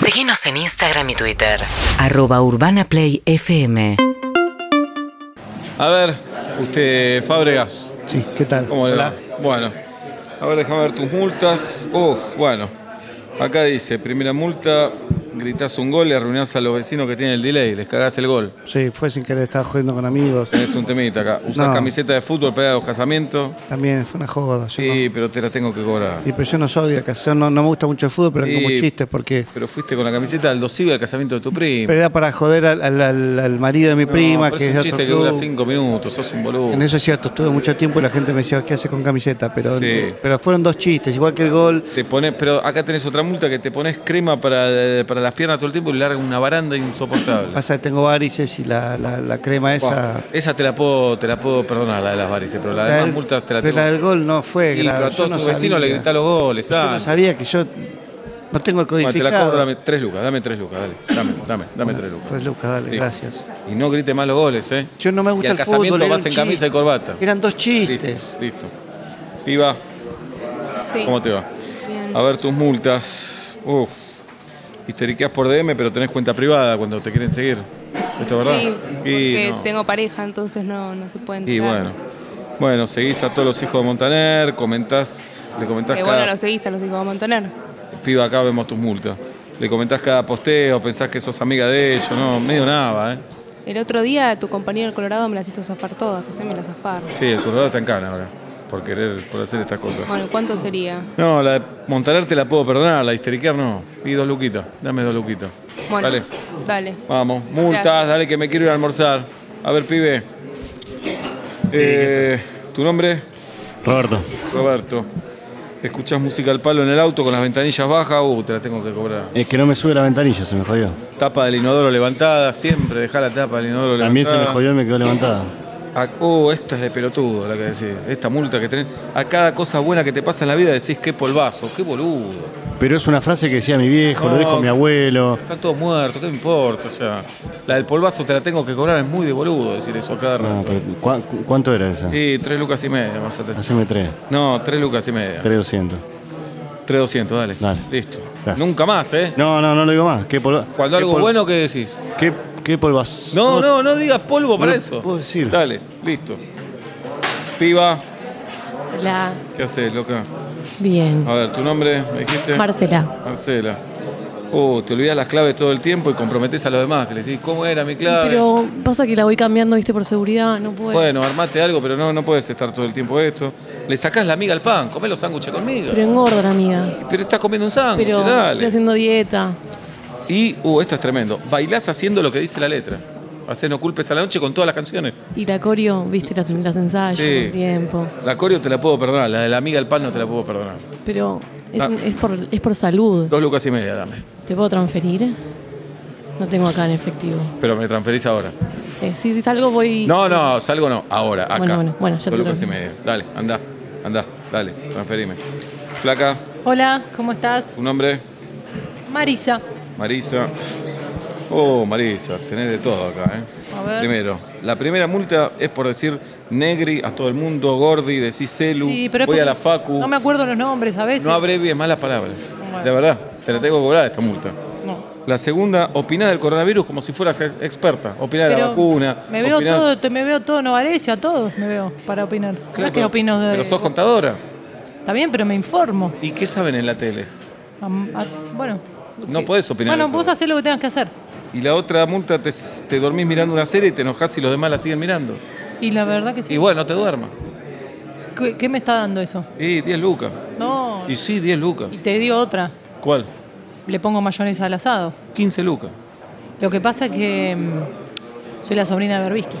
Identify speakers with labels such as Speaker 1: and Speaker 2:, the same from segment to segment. Speaker 1: Seguinos en Instagram y Twitter.
Speaker 2: arroba urbanaplayfm
Speaker 3: A ver, usted, Fábregas,
Speaker 4: Sí, ¿qué tal?
Speaker 3: ¿cómo le va? Bueno, a ver, déjame ver tus multas. Uf, bueno, acá dice, primera multa, gritás un gol y arruinás a los vecinos que tienen el delay, les cagás el gol.
Speaker 4: Sí, fue sin querer, estaba jodiendo con amigos.
Speaker 3: Tenés un temita acá. Usás
Speaker 4: No.
Speaker 3: camiseta de fútbol para ir a los casamientos.
Speaker 4: También fue una joda. yo
Speaker 3: Sí, pero te la tengo que cobrar.
Speaker 4: no- Y pero yo no soy del casamiento, no, no me gusta mucho el fútbol, pero eran como
Speaker 3: Y-
Speaker 4: chistes, porque.
Speaker 3: Pero fuiste con la camiseta del dosivo al casamiento de tu primo.
Speaker 4: Pero era para joder al, al- al- al marido de mi
Speaker 3: No,
Speaker 4: prima,
Speaker 3: pero
Speaker 4: que
Speaker 3: es un
Speaker 4: es de
Speaker 3: chiste
Speaker 4: otro
Speaker 3: que dura
Speaker 4: club.
Speaker 3: cinco minutos, sos un boludo.
Speaker 4: En eso es cierto, estuve mucho tiempo y la gente me decía, ¿qué haces con camiseta? Pero,
Speaker 3: Sí.
Speaker 4: pero fueron dos chistes, igual que el gol.
Speaker 3: Te pones, pero acá tenés otra multa que te pones crema para, para las piernas todo el tiempo y larga una baranda insoportable.
Speaker 4: Pasa que tengo varices y la, la- la crema esa.
Speaker 3: Buah, esa te la puedo, te la puedo perdonar, la de las varices, pero la, demás
Speaker 4: del-
Speaker 3: multas te la
Speaker 4: pero
Speaker 3: tengo.
Speaker 4: la del gol no fue
Speaker 3: Y,
Speaker 4: grave.
Speaker 3: pero a
Speaker 4: yo
Speaker 3: todos
Speaker 4: no
Speaker 3: tus vecinos le
Speaker 4: sabía.
Speaker 3: gritás los goles,
Speaker 4: Yo no
Speaker 3: ¿sabes?
Speaker 4: sabía que yo no tengo
Speaker 3: Bueno, te
Speaker 4: el codificado.
Speaker 3: la cobro, dame tres lucas, dame tres lucas, dale. Dame, dame, dame tres lucas.
Speaker 4: Tres lucas, dale,
Speaker 3: Sí.
Speaker 4: gracias.
Speaker 3: Y no grite más los goles, ¿eh?
Speaker 4: Yo no me
Speaker 3: Y
Speaker 4: gusta
Speaker 3: al
Speaker 4: el
Speaker 3: casamiento
Speaker 4: fútbol. era
Speaker 3: vas
Speaker 4: un
Speaker 3: en camisa y
Speaker 4: chiste.
Speaker 3: corbata.
Speaker 4: Eran dos
Speaker 3: Listo,
Speaker 4: chistes.
Speaker 3: listo. Piba,
Speaker 5: Sí.
Speaker 3: ¿cómo te va?
Speaker 5: Bien.
Speaker 3: A ver tus multas. Uf. Histeriqueas por DM, pero tenés cuenta privada cuando te quieren seguir. ¿Esto es verdad?
Speaker 5: Sí,
Speaker 3: y
Speaker 5: porque
Speaker 3: no.
Speaker 5: tengo pareja, entonces no, no se puede Eh, entrar.
Speaker 3: Y bueno. Bueno, seguís a todos los hijos de Montaner, comentás, le comentás
Speaker 5: Eh,
Speaker 3: cada
Speaker 5: bueno, los seguís a los hijos de Montaner.
Speaker 3: piba acá vemos tus multas. Le comentás cada posteo, pensás que sos amiga de ellos, no, medio nada, ¿eh?
Speaker 5: El otro día tu compañero del Colorado me las hizo zafar todas, haceme las zafar.
Speaker 3: Sí, el colorado está en cana ahora, por querer, por hacer estas cosas.
Speaker 5: Bueno, ¿cuánto sería?
Speaker 3: No, la de Montaner te la puedo perdonar, la de histeriquear no. Y dos luquitas, dame dos luquitas.
Speaker 5: Bueno,
Speaker 3: Dale.
Speaker 5: dale.
Speaker 3: Vamos, multas,
Speaker 5: Gracias.
Speaker 3: dale que me quiero ir a almorzar. A ver, pibe. Eh, ¿Tu nombre?
Speaker 6: Roberto,
Speaker 3: Roberto. ¿Escuchás música al palo en el auto con las ventanillas bajas? Uh, te la tengo que cobrar.
Speaker 6: es que no me sube la ventanilla, se me jodió.
Speaker 3: Tapa del inodoro levantada, siempre dejá la tapa del inodoro levantada.
Speaker 6: También se me jodió y me quedó levantada.
Speaker 3: A- oh, esta es de pelotudo la que decís. Esta multa que tenés. A cada cosa buena que te pasa en la vida decís qué polvazo, qué boludo.
Speaker 6: Pero es una frase que decía mi viejo,
Speaker 3: No.
Speaker 6: lo dijo mi abuelo.
Speaker 3: Están todos muertos, ¿qué me importa? O sea, la del polvazo te la tengo que cobrar, es muy de boludo decir eso a cada
Speaker 6: No,
Speaker 3: rato.
Speaker 6: pero ¿cu- ¿Cuánto era esa?
Speaker 3: Y tres lucas y media más a tener.
Speaker 6: Haceme tres,
Speaker 3: No, tres lucas y media.
Speaker 6: tres doscientos.
Speaker 3: Tres doscientos, dale.
Speaker 6: Dale.
Speaker 3: Listo.
Speaker 6: Gracias.
Speaker 3: Nunca más, ¿eh?
Speaker 6: No, no, no lo digo más. ¿Qué polvo?
Speaker 3: Cuando
Speaker 6: qué
Speaker 3: algo
Speaker 6: pol-
Speaker 3: bueno, ¿qué decís?
Speaker 6: ¿Qué, qué polvazo?
Speaker 3: No, no, no digas polvo para
Speaker 6: lo
Speaker 3: eso.
Speaker 6: puedo decir.
Speaker 3: Dale, listo. Piba,
Speaker 7: La
Speaker 3: ¿qué haces, loca?
Speaker 7: bien.
Speaker 3: A ver, ¿tu nombre me dijiste?
Speaker 7: Marcela.
Speaker 3: Marcela. Oh, te olvidas las claves todo el tiempo y comprometes a los demás, que le decís, ¿cómo era mi clave?
Speaker 7: Pero pasa que la voy cambiando, viste, por seguridad, no puedo.
Speaker 3: Bueno, armate algo, pero no, no puedes estar todo el tiempo esto. Le sacás la miga al pan, comé los sándwiches conmigo.
Speaker 7: Pero engorda la amiga.
Speaker 3: Pero estás comiendo un sándwich,
Speaker 7: Pero estoy
Speaker 3: dale.
Speaker 7: haciendo dieta.
Speaker 3: Y, uh, esto es tremendo. Bailás haciendo lo que dice la letra. Hacés no culpes a la noche con todas las canciones.
Speaker 7: Y la corio, viste, las, las ensayo
Speaker 3: Sí.
Speaker 7: con tiempo.
Speaker 3: La coreo te la puedo perdonar, la de la amiga al pan no te la puedo perdonar.
Speaker 7: Pero es,
Speaker 3: Ah.
Speaker 7: un- es por, es por salud.
Speaker 3: Dos lucas y media, dame.
Speaker 7: ¿Te puedo transferir? No tengo acá en efectivo.
Speaker 3: Pero me transferís ahora.
Speaker 7: Eh, sí, si salgo voy.
Speaker 3: No, no, salgo no, ahora, acá.
Speaker 7: Bueno, bueno, bueno, ya
Speaker 3: Dos
Speaker 7: te
Speaker 3: lucas y
Speaker 7: transfiero.
Speaker 3: media. Dale, anda, anda, dale, transferime. Flaca,
Speaker 8: Hola, ¿cómo estás?
Speaker 3: tu nombre,
Speaker 8: Marisa.
Speaker 3: Marisa. Oh, Marisa, tenés de todo acá, ¿eh?
Speaker 8: A ver.
Speaker 3: Primero, la primera multa es por decir negri a todo el mundo, gordi, decís celu, voy a
Speaker 8: porque
Speaker 3: la facu.
Speaker 8: No me acuerdo los nombres a veces.
Speaker 3: No abrevies más las palabras.
Speaker 8: Bueno.
Speaker 3: De verdad, te la tengo que cobrar esta multa.
Speaker 8: No.
Speaker 3: La segunda, opiná del coronavirus como si fueras ex- experta. Opiná de la
Speaker 8: Pero
Speaker 3: vacuna.
Speaker 8: Me veo
Speaker 3: opiná-
Speaker 8: todo, te- me veo todo Novarecio, a todos me veo para opinar. No
Speaker 3: Claro,
Speaker 8: es que opino de.
Speaker 3: Pero sos contadora.
Speaker 8: Está bien, pero me informo.
Speaker 3: ¿Y qué saben en la tele?
Speaker 8: Am- a- bueno.
Speaker 3: No podés opinar.
Speaker 8: Bueno,
Speaker 3: de todo.
Speaker 8: vos haces lo que tengas que hacer.
Speaker 3: Y la otra multa, te, te dormís mirando una serie y te enojás si los demás la siguen mirando.
Speaker 8: Y la verdad que sí.
Speaker 3: Y bueno, no te duermas.
Speaker 8: ¿Qué, qué me está dando eso?
Speaker 3: Y 10 lucas.
Speaker 8: No.
Speaker 3: Y sí, 10 lucas.
Speaker 8: y te digo otra.
Speaker 3: ¿Cuál?
Speaker 8: Le pongo mayonesa al asado.
Speaker 3: 15 lucas.
Speaker 8: Lo que pasa es que mm, soy la sobrina de Berbisky.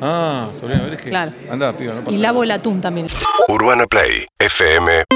Speaker 3: Ah, sobrina, ¿verdad? que-
Speaker 8: Claro.
Speaker 3: Andá, piba, no pasa
Speaker 8: Y
Speaker 3: nada.
Speaker 8: lavo el atún también.
Speaker 9: UrbanaPlayFM.com